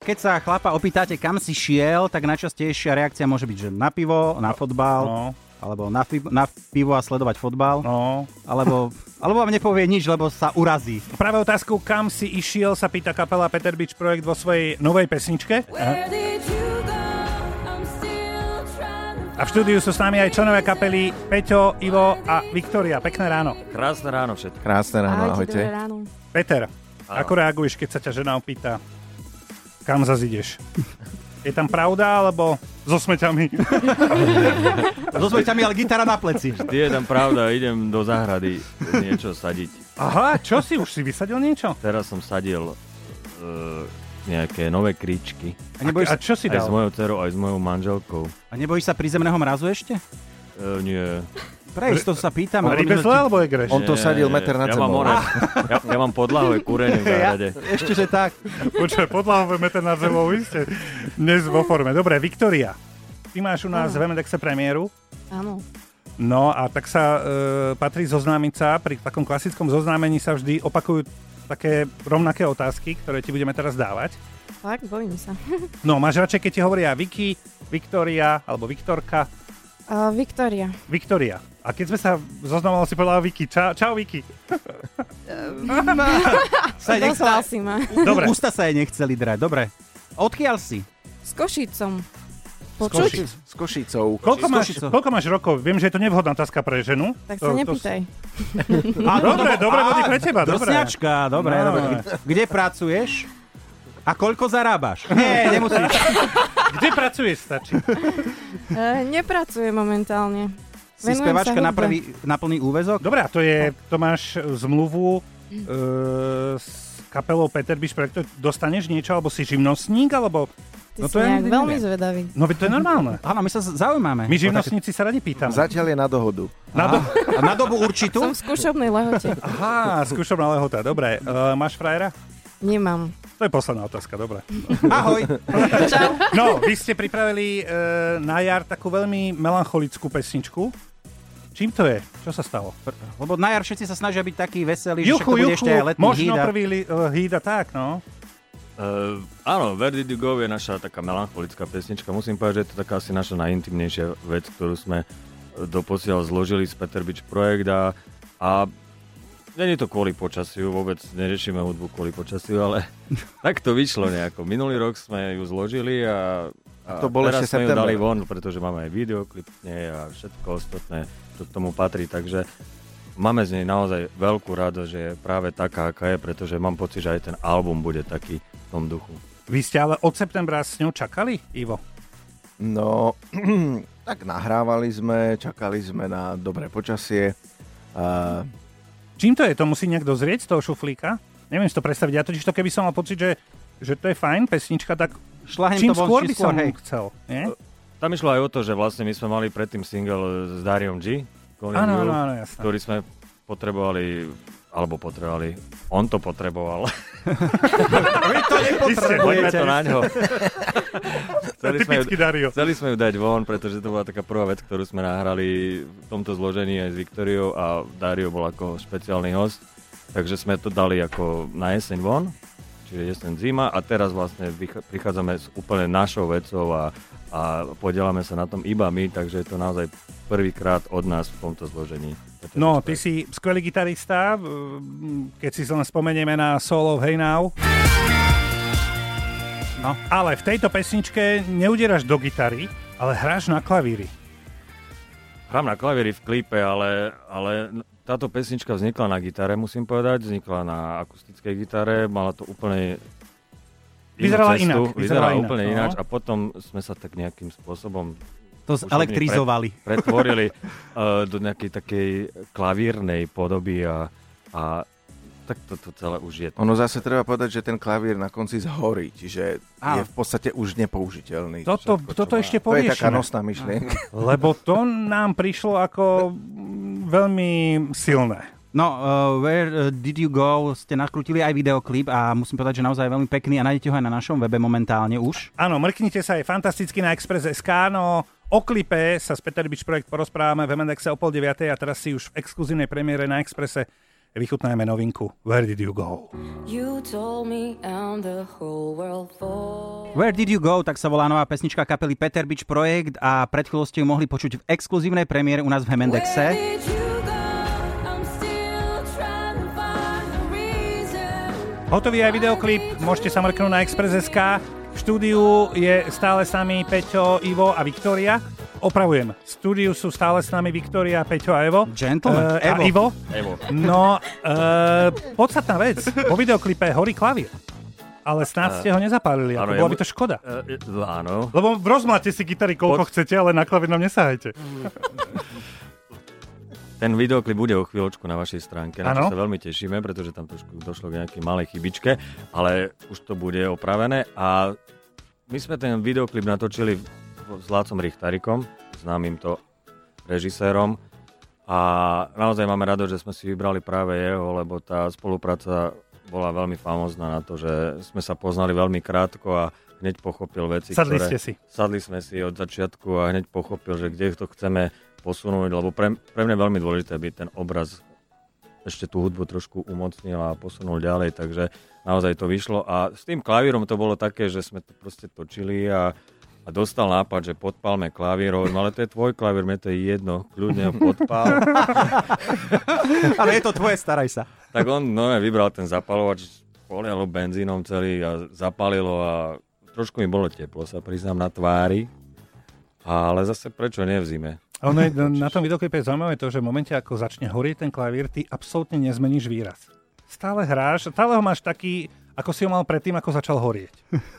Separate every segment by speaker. Speaker 1: Keď sa chlapa opýtate, kam si šiel, tak najčastejšia reakcia môže byť, že na pivo, na fotbal,
Speaker 2: No,
Speaker 1: alebo na, fi- na pivo a sledovať fotbal,
Speaker 2: no.
Speaker 1: alebo, alebo vám nepovie nič, lebo sa urazí.
Speaker 2: Práve otázku, kam si išiel, sa pýta kapela Peter Beach Projekt vo svojej novej pesničke.
Speaker 3: Where did you go? I'm still trying to
Speaker 2: A v štúdiu sú s nami aj členové kapely Peťo, Ivo a Viktoria. Pekné ráno.
Speaker 4: Krásne ráno všetko.
Speaker 5: Krásne ráno, ahojte.
Speaker 6: Ahojte, dobré ráno.
Speaker 2: Peter, ako reaguješ, keď sa ťa žena opýta, kam zazideš? Je tam pravda, alebo so smeťami?
Speaker 1: So sveťami, ale gitara na pleci.
Speaker 4: Ty je tam pravda, idem do záhrady niečo sadiť.
Speaker 2: Aha, čo si, už si vysadil niečo?
Speaker 4: Teraz som sadil uh, nejaké nové kríčky.
Speaker 1: A nebojíš,
Speaker 2: A
Speaker 1: sa,
Speaker 2: čo si
Speaker 4: Aj s
Speaker 2: dal?
Speaker 4: mojou dcerou, aj s mojou manželkou.
Speaker 1: a nebojíš sa prízemného mrazu ešte?
Speaker 4: Uh, nie.
Speaker 1: Pre istotu sa pýtam. lebo my sme
Speaker 2: Rybezle
Speaker 1: ti-
Speaker 2: alebo egreš?
Speaker 5: On to
Speaker 4: Nie,
Speaker 5: sadil
Speaker 4: nie,
Speaker 5: meter
Speaker 4: ja
Speaker 5: nad zemou.
Speaker 4: Mám more, ja, ja mám podlahové kúrenie v
Speaker 1: Ja,
Speaker 4: záhrade.
Speaker 1: ešte, že tak.
Speaker 2: Počkaj, podlahové meter nad zemou, vy ste dnes vo forme. Dobre, Viktoria, ty máš u nás v Venedexe premiéru.
Speaker 6: Áno.
Speaker 2: No a tak sa e, patrí zoznámiť sa, pri takom klasickom zoznámení sa vždy opakujú také rovnaké otázky, ktoré ti budeme teraz dávať.
Speaker 6: Fakt, bojím sa.
Speaker 2: No, máš radšej, keď ti hovoria Vicky, Viktoria alebo Viktorka.
Speaker 6: Uh, Viktória.
Speaker 2: Viktoria. A keď sme sa zoznamovali, si povedala Vicky. Ča, čau, Vicky.
Speaker 1: Sa jej nechcela,
Speaker 6: Dostal si ma.
Speaker 2: Dobre.
Speaker 1: ústa sa jej nechceli drať. Dobre. Odkiaľ si?
Speaker 6: S Košicom.
Speaker 2: Košic.
Speaker 6: Počuť?
Speaker 5: S Košicou.
Speaker 2: Koľko
Speaker 1: Z
Speaker 2: máš,
Speaker 1: Košice.
Speaker 2: koľko máš rokov? Viem, že je to nevhodná otázka pre ženu.
Speaker 6: Tak sa
Speaker 2: Oh, To- to-
Speaker 6: nepýtaj.
Speaker 1: A,
Speaker 2: Dobre, dobre, body pre teba, dobre.
Speaker 1: Drsňačka, dobre,
Speaker 2: No.
Speaker 1: dobre. Kde pracuješ? A koľko zarábaš? Nie, nemusíš.
Speaker 2: Kde pracuješ, stačí?
Speaker 6: Uh, nepracuje momentálne.
Speaker 1: Si
Speaker 6: Venujem sa
Speaker 1: spevačka na,
Speaker 6: hudbe.
Speaker 1: prvý, na plný úvezok?
Speaker 2: Dobre, a to je, to máš e, zmluvu e, s kapelou Peter Biš, to dostaneš niečo, alebo si živnostník, alebo...
Speaker 6: Ty
Speaker 2: No
Speaker 6: si
Speaker 2: to ja
Speaker 6: nejak
Speaker 2: nikdy
Speaker 6: veľmi
Speaker 2: neviem.
Speaker 6: zvedavý.
Speaker 2: No veď to je normálne.
Speaker 1: Áno, my sa z- zaujímame.
Speaker 2: My živnostníci sa radi pýtame.
Speaker 5: Zatiaľ je na dohodu.
Speaker 2: Na do...
Speaker 1: A na dobu určitú?
Speaker 6: Som v skúšobnej lehote.
Speaker 2: Aha, skúšobná lehota, dobre. E, máš frajera?
Speaker 6: Nemám.
Speaker 2: To je posledná otázka, dobre.
Speaker 1: Ahoj.
Speaker 2: No, vy ste pripravili e, na jar takú veľmi melancholickú pesničku. Čím to je? Čo sa stalo?
Speaker 1: Lebo na jar všetci sa snažia byť takí veselí, že však to
Speaker 2: Juchu,
Speaker 1: bude
Speaker 2: juchu,
Speaker 1: ešte aj letný
Speaker 2: možno
Speaker 1: hit a-
Speaker 2: prvý li- e, hit a tak, no.
Speaker 4: Uh, áno, Where Did You Go je naša taká melancholická pesnička. Musím povedať, že je to taká asi naša najintimnejšia vec, ktorú sme eh, doposiaľ zložili z Peter Beach Projekt a, a není to kvôli počasiu, vôbec neriešime hudbu kvôli počasiu, ale tak to vyšlo nejako. Minulý rok sme ju zložili a, a
Speaker 5: to bol
Speaker 4: teraz
Speaker 5: ešte
Speaker 4: sme ju
Speaker 5: september.
Speaker 4: dali von, pretože máme aj videoklip k nej a všetko ostatné, čo k tomu patrí, takže máme z nej naozaj veľkú radosť, že je práve taká, aká je, pretože mám pocit, že aj ten album bude taký v tom duchu.
Speaker 2: Vy ste ale od septembra s ňou čakali, Ivo?
Speaker 5: No, tak nahrávali sme, čakali sme na dobré počasie. A
Speaker 2: Čím to je? To musí nejak dozrieť z toho šuflíka? Neviem si to predstaviť. Ja totiž to, keby som mal pocit, že, že to je fajn pesnička, tak
Speaker 1: Šlahnem
Speaker 2: čím
Speaker 1: to von,
Speaker 2: skôr
Speaker 1: čím
Speaker 2: by
Speaker 1: skôr,
Speaker 2: som
Speaker 1: hej.
Speaker 2: chcel. Nie?
Speaker 4: Tam išlo aj o to, že vlastne my sme mali predtým single s Dariom G, Colin
Speaker 2: Áno, áno,
Speaker 4: Will,
Speaker 2: áno, jasné.
Speaker 4: ktorý sme potrebovali, alebo potrebovali, on to potreboval.
Speaker 1: Vy to
Speaker 4: Poďme
Speaker 1: nepotrebujete.
Speaker 4: to na ňo.
Speaker 2: To je
Speaker 4: Chceli sme ju-
Speaker 2: typický Dario.
Speaker 4: Chceli sme ju dať von, pretože to bola taká prvá vec, ktorú sme nahrali v tomto zložení aj s Viktoriou a Dario bol ako špeciálny host, takže sme to dali ako na jeseň von, čiže jeseň zima a teraz vlastne vych- prichádzame s úplne našou vecou a, a podielame sa na tom iba my, takže je to naozaj prvýkrát od nás v tomto zložení.
Speaker 2: No, ty si skvelý gitarista, mm, keď si len spomenieme na solo v Hey Now.
Speaker 1: No.
Speaker 2: Ale v tejto pesničke neuderáš do gitary, ale hráš na klavíri.
Speaker 4: Hrám na klavíri v klipe, ale, ale táto pesnička vznikla na gitare, musím povedať. Vznikla na akustickej gitare, mala to úplne inú
Speaker 2: Vyzerala
Speaker 4: cestu,
Speaker 2: inak,
Speaker 4: Vyzerala,
Speaker 2: vyzerala inak,
Speaker 4: úplne
Speaker 2: no.
Speaker 4: ináč a potom sme sa tak nejakým spôsobom
Speaker 1: To zelektrizovali.
Speaker 4: pretvorili uh, do nejakej takej klavírnej podoby a, a tak toto celé už je.
Speaker 5: ono zase treba povedať, že ten klavír na konci zhorí, čiže
Speaker 1: Áno.
Speaker 5: je v podstate už nepoužiteľný.
Speaker 2: Toto,
Speaker 5: Všetko, čo
Speaker 2: toto
Speaker 5: má.
Speaker 2: ešte
Speaker 5: To je taká
Speaker 2: poviešime,
Speaker 5: nosná myšlienka.
Speaker 2: lebo to nám prišlo ako mm, veľmi silné.
Speaker 1: No, uh, Where uh, Did You Go ste nakrútili aj videoklip a musím povedať, že naozaj veľmi pekný a nájdete ho aj na našom webe momentálne už.
Speaker 2: Áno, mrknite sa, je fantasticky na Express.sk, no o klipe sa s Peter Bič Projekt porozprávame v MNDX o pol 9 a teraz si už v exkluzívnej premiére na Expresse vychutnajme novinku Where Did You Go.
Speaker 3: You told me I'm the whole world for.
Speaker 1: Where Did You Go, tak sa volá nová pesnička kapely Peter Beach Projekt a pred chvíľou ste ju mohli počuť v exkluzívnej premiére u nás v
Speaker 3: Where
Speaker 1: Hemendexe.
Speaker 3: did you go? I'm still trying to find the reason.
Speaker 2: Hotový aj videoklip, môžete sa mrknúť na Express.sk. V štúdiu je stále s nami Peťo, Ivo a Viktória. Opravujem, v štúdiu sú stále s nami Viktória, Peťo a Evo.
Speaker 1: Gentleman,
Speaker 2: Eh, a
Speaker 1: Evo.
Speaker 2: Ivo.
Speaker 4: Evo.
Speaker 2: No, uh, podstatná vec, po videoklipe horí klavír. Ale snáď ste ho nezapálili, ako
Speaker 4: Eh, áno, ja
Speaker 2: bola
Speaker 4: mu-
Speaker 2: by to škoda.
Speaker 4: E, e, áno.
Speaker 2: Lebo rozmáte si gitary koľko
Speaker 4: Pod-
Speaker 2: chcete, ale na klavír nám nesahajte.
Speaker 4: Ten videoklip bude o chvíľočku na vašej stránke, na
Speaker 2: Áno.
Speaker 4: čo sa veľmi tešíme, pretože tam trošku došlo k nejakej malej chybičke, ale už to bude opravené a my sme ten videoklip natočili v- s Lácom Richtarikom, známym to režisérom a naozaj máme rado, že sme si vybrali práve jeho, lebo tá spolupráca bola veľmi famózna na to, že sme sa poznali veľmi krátko a hneď pochopil veci,
Speaker 2: Sadli
Speaker 4: ktoré...
Speaker 2: ste si.
Speaker 4: sadli sme si od začiatku a hneď pochopil, že kde to chceme posunúť, lebo pre, pre mňa je veľmi dôležité, aby ten obraz ešte tú hudbu trošku umocnil a posunul ďalej, takže naozaj to vyšlo. A s tým klavírom to bolo také, že sme to proste točili a, a dostal nápad, že podpalme klavír, hovorím, ale to je tvoj klavír, mne to je jedno, kľudne ho podpal.
Speaker 1: Ale je to tvoje, staraj sa.
Speaker 4: Tak on no, vybral ten zapalovač, polialo benzínom celý a zapalilo a trošku mi bolo teplo, sa priznám, na tvári. Ale zase prečo nie v zime?
Speaker 2: A ono je, na tom videoklipe je zaujímavé to, že v momente, ako začne horieť ten klavír, ty absolútne nezmeníš výraz. Stále hráš, stále ho máš taký, ako si ho mal predtým, ako začal horieť.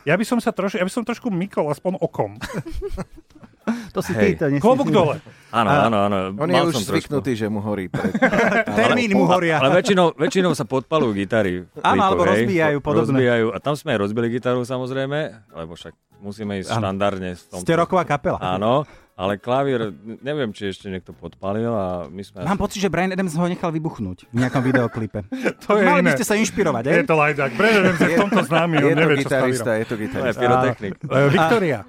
Speaker 2: Ja by som sa trošku, ja by som trošku mykol, aspoň okom.
Speaker 1: To si ty,
Speaker 4: Hej.
Speaker 1: to nie si
Speaker 2: Klobúk
Speaker 1: ty.
Speaker 2: dole.
Speaker 4: Áno, áno, áno.
Speaker 5: On
Speaker 4: mal
Speaker 5: je
Speaker 4: som
Speaker 5: už zvyknutý, že mu horí. Pred...
Speaker 1: Termín mu
Speaker 4: Trošku,
Speaker 1: horia.
Speaker 4: ale väčšinou, väčšinou sa podpalujú gitary. v
Speaker 1: Áno,
Speaker 4: klipoch,
Speaker 1: alebo
Speaker 4: hej.
Speaker 1: rozbijajú, podobné.
Speaker 4: Rozbijajú. A tam sme aj rozbili gitaru samozrejme, lebo však musíme ísť
Speaker 1: Áno.
Speaker 4: štandardne. s tom-
Speaker 1: Ste roková kapela.
Speaker 4: Áno, ale klavír, neviem, či ešte niekto podpalil a my sme...
Speaker 1: Mám pocit, že Brian Adams ho nechal vybuchnúť v nejakom videoklipe.
Speaker 2: To je
Speaker 1: Mali by
Speaker 2: iné.
Speaker 1: ste sa inšpirovať, hej?
Speaker 2: Je to lajdák. Breviem sa v tomto známy, on
Speaker 5: je to
Speaker 2: nevie, čo
Speaker 5: gitarista,
Speaker 2: stavira.
Speaker 5: je to
Speaker 4: to je
Speaker 5: gitarista.
Speaker 4: pyrotechnik.
Speaker 2: E, Viktoria.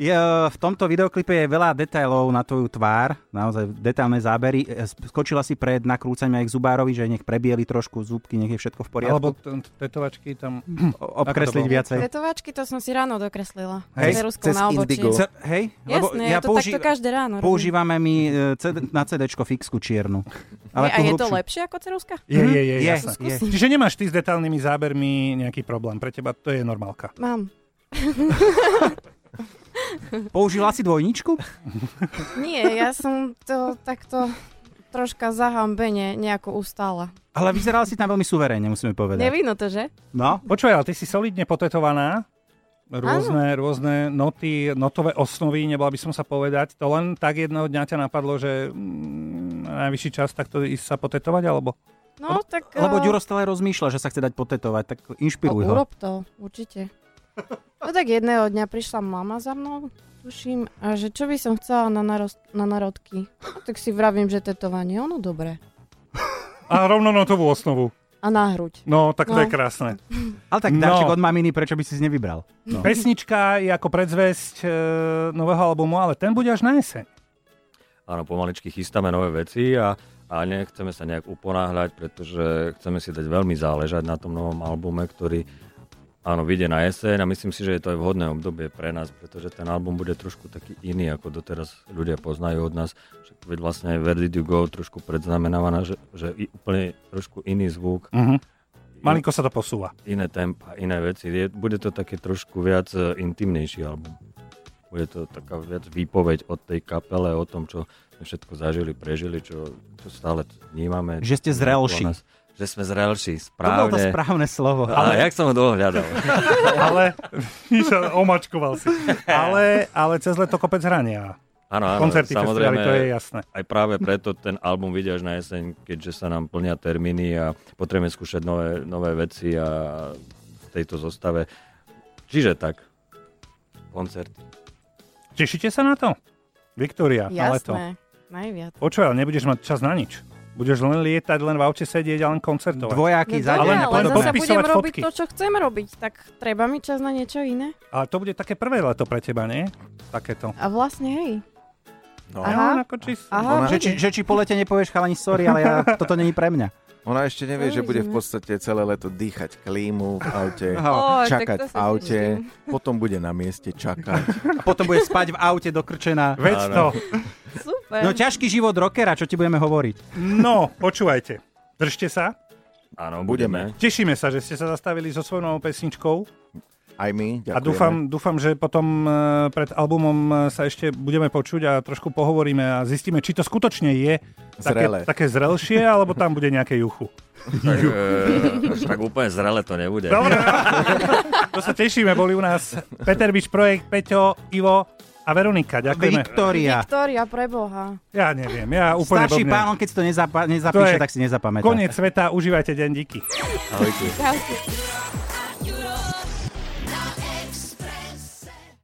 Speaker 1: Je, e, v tomto videoklipe je veľa detailov na tvoju tvár, naozaj detailné zábery. E, Skočila si pred nakrúcaním aj k zubárovi, že nech prebieli trošku zúbky, nech je všetko v poriadku.
Speaker 2: Alebo t- tetovačky tam...
Speaker 1: O- obkresliť
Speaker 2: Ako to bolo?
Speaker 1: viacej.
Speaker 6: Tetovačky, to som si ráno dokreslila.
Speaker 1: Hej,
Speaker 6: S ceruzkou
Speaker 5: cez
Speaker 6: na obočí.
Speaker 5: indigo.
Speaker 1: Cer- hej?
Speaker 6: Jasné, ja, to takto každé ráno robím.
Speaker 1: používame my e, CD, na CD fixku čiernu. Ale tú
Speaker 6: je, a je to
Speaker 1: hrubšiu.
Speaker 6: lepšie ako ceruzka?
Speaker 2: Je, je, je,
Speaker 1: Je,
Speaker 2: jasné.
Speaker 1: je.
Speaker 2: Čiže nemáš ty s detailnými zábermi nejaký problém. Pre teba to je normálka.
Speaker 6: Mám.
Speaker 1: Použila si dvojničku?
Speaker 6: Nie, ja som to takto troška zahambene nejako ustála.
Speaker 1: Ale vyzerala si tam veľmi suverénne, musíme povedať.
Speaker 6: Nevidno to, že?
Speaker 1: No,
Speaker 2: Počúvaj, ale ty si solidne potetovaná. Rôzne, rôzne noty, notové osnovy, nebola by som sa povedať. To len tak jedného dňa ťa napadlo, že mm, najvyšší čas takto ísť sa potetovať, alebo...
Speaker 6: No, tak...
Speaker 1: lebo
Speaker 6: eh,
Speaker 1: Ďuro stále rozmýšľa, že sa chce dať potetovať, tak inšpiruj
Speaker 6: o,
Speaker 1: ho.
Speaker 6: No, Urob to, určite. No tak jedného dňa prišla mama za mnou, tuším, a že čo by som chcela na, narost, na narodky. No, tak si vravím, že tetovanie, ono dobre.
Speaker 2: A rovno notovú osnovu.
Speaker 6: A na hruď.
Speaker 2: No, tak to
Speaker 6: No.
Speaker 2: je krásne.
Speaker 1: Ale tak
Speaker 2: No.
Speaker 1: darček od maminy, prečo by si si nevybral?
Speaker 2: No. Pesnička je ako predzvesť e, nového albumu, ale ten bude až na jeseň.
Speaker 4: áno, pomaličky chystáme nové veci a, a nechceme sa nejak uponáhľať, pretože chceme si dať veľmi záležať na tom novom albume, ktorý áno, vyjde na jeseň a myslím si, že je to aj vhodné obdobie pre nás, pretože ten album bude trošku taký iný, ako doteraz ľudia poznajú od nás. Však veď vlastne aj Where Did You Go trošku predznamenáva, na- že, že i- úplne trošku iný zvuk,
Speaker 2: Uh-huh. Malinko sa to posúva.
Speaker 4: iné tempa, iné veci. Je, bude to také trošku viac e, intimnejší album. Bude to taká viac výpoveď od tej kapele, o tom, čo sme všetko zažili, prežili, čo, čo stále vnímame.
Speaker 1: Že ste zrelší.
Speaker 4: Nás, že sme zrelší,
Speaker 1: To bolo to
Speaker 4: správne.
Speaker 1: správne slovo.
Speaker 4: Ale jak som ho dohľadal?
Speaker 2: Ale Míša, omačkoval si. Ale, ale cez leto kopec hrania.
Speaker 4: Áno, áno,
Speaker 2: Koncerty, festivály,
Speaker 4: samozrejme.
Speaker 2: to je jasné.
Speaker 4: Aj práve preto ten album vidia až na jeseň, keďže sa nám plnia termíny a potrebujeme skúšať nové, nové veci a v tejto zostave. Čiže tak, koncerty.
Speaker 2: Tešíte sa na to? Viktória, na leto.
Speaker 6: Jasné, najviac.
Speaker 2: Počúvaj, ale nebudeš mať čas na nič. Budeš len lietať, len v aute sedieť a len koncertovať.
Speaker 1: Dvojaký
Speaker 6: No,
Speaker 1: zádeň.
Speaker 2: ale
Speaker 6: dobre, ale
Speaker 2: pod-
Speaker 6: zase budem
Speaker 2: podpisovať
Speaker 6: robiť
Speaker 2: fotky.
Speaker 6: to, čo chcem robiť. Tak treba mi čas na niečo iné.
Speaker 2: Ale to bude také prvé leto pre teba, nie? Takéto.
Speaker 6: A vlastne, hej.
Speaker 5: No.
Speaker 2: Ja,
Speaker 6: Aha,
Speaker 2: ako čist...
Speaker 1: No.
Speaker 6: aha,
Speaker 1: Že, či, že či po lete nepovieš chalani, sorry, ale ja, toto není pre mňa.
Speaker 5: Ona ešte nevie, že bude v
Speaker 6: Uvidíme.
Speaker 5: podstate celé leto dýchať klímu v aute,
Speaker 6: Ó, tak
Speaker 5: čakať
Speaker 6: to
Speaker 5: v
Speaker 6: sa
Speaker 5: aute,
Speaker 6: teším.
Speaker 5: potom bude na mieste čakať.
Speaker 1: A potom bude spať v aute dokrčená.
Speaker 2: Veď to.
Speaker 4: Áno.
Speaker 6: Super.
Speaker 1: No ťažký život rockera, čo ti budeme hovoriť?
Speaker 2: No, počúvajte. Držte sa.
Speaker 4: Áno,
Speaker 5: Budeme.
Speaker 4: budeme.
Speaker 2: Tešíme sa, že ste sa zastavili so svojou novou pesničkou.
Speaker 5: Aj my, ďakujeme.
Speaker 2: A dúfam, dúfam, že potom e, pred albumom e, sa ešte budeme počuť a trošku pohovoríme a zistíme, či to skutočne je také,
Speaker 5: Zrelé.
Speaker 2: také zrelšie, alebo tam bude nejaké juchu.
Speaker 4: Tak, e, až tak úplne zrele to nebude.
Speaker 2: Dobre, to sa tešíme. Boli u nás Peter Bič Projekt, Peťo, Ivo a Veronika. Ďakujeme.
Speaker 1: Viktória.
Speaker 6: Viktória, preboha.
Speaker 2: Ja neviem, ja úplne
Speaker 1: Starší
Speaker 2: blbnem.
Speaker 1: pán, on keď si to nezapa- nezapíše,
Speaker 2: To je
Speaker 1: tak si nezapamätá.
Speaker 2: Koniec sveta, užívajte deň, díky.
Speaker 5: Ahojte.
Speaker 6: Čaute.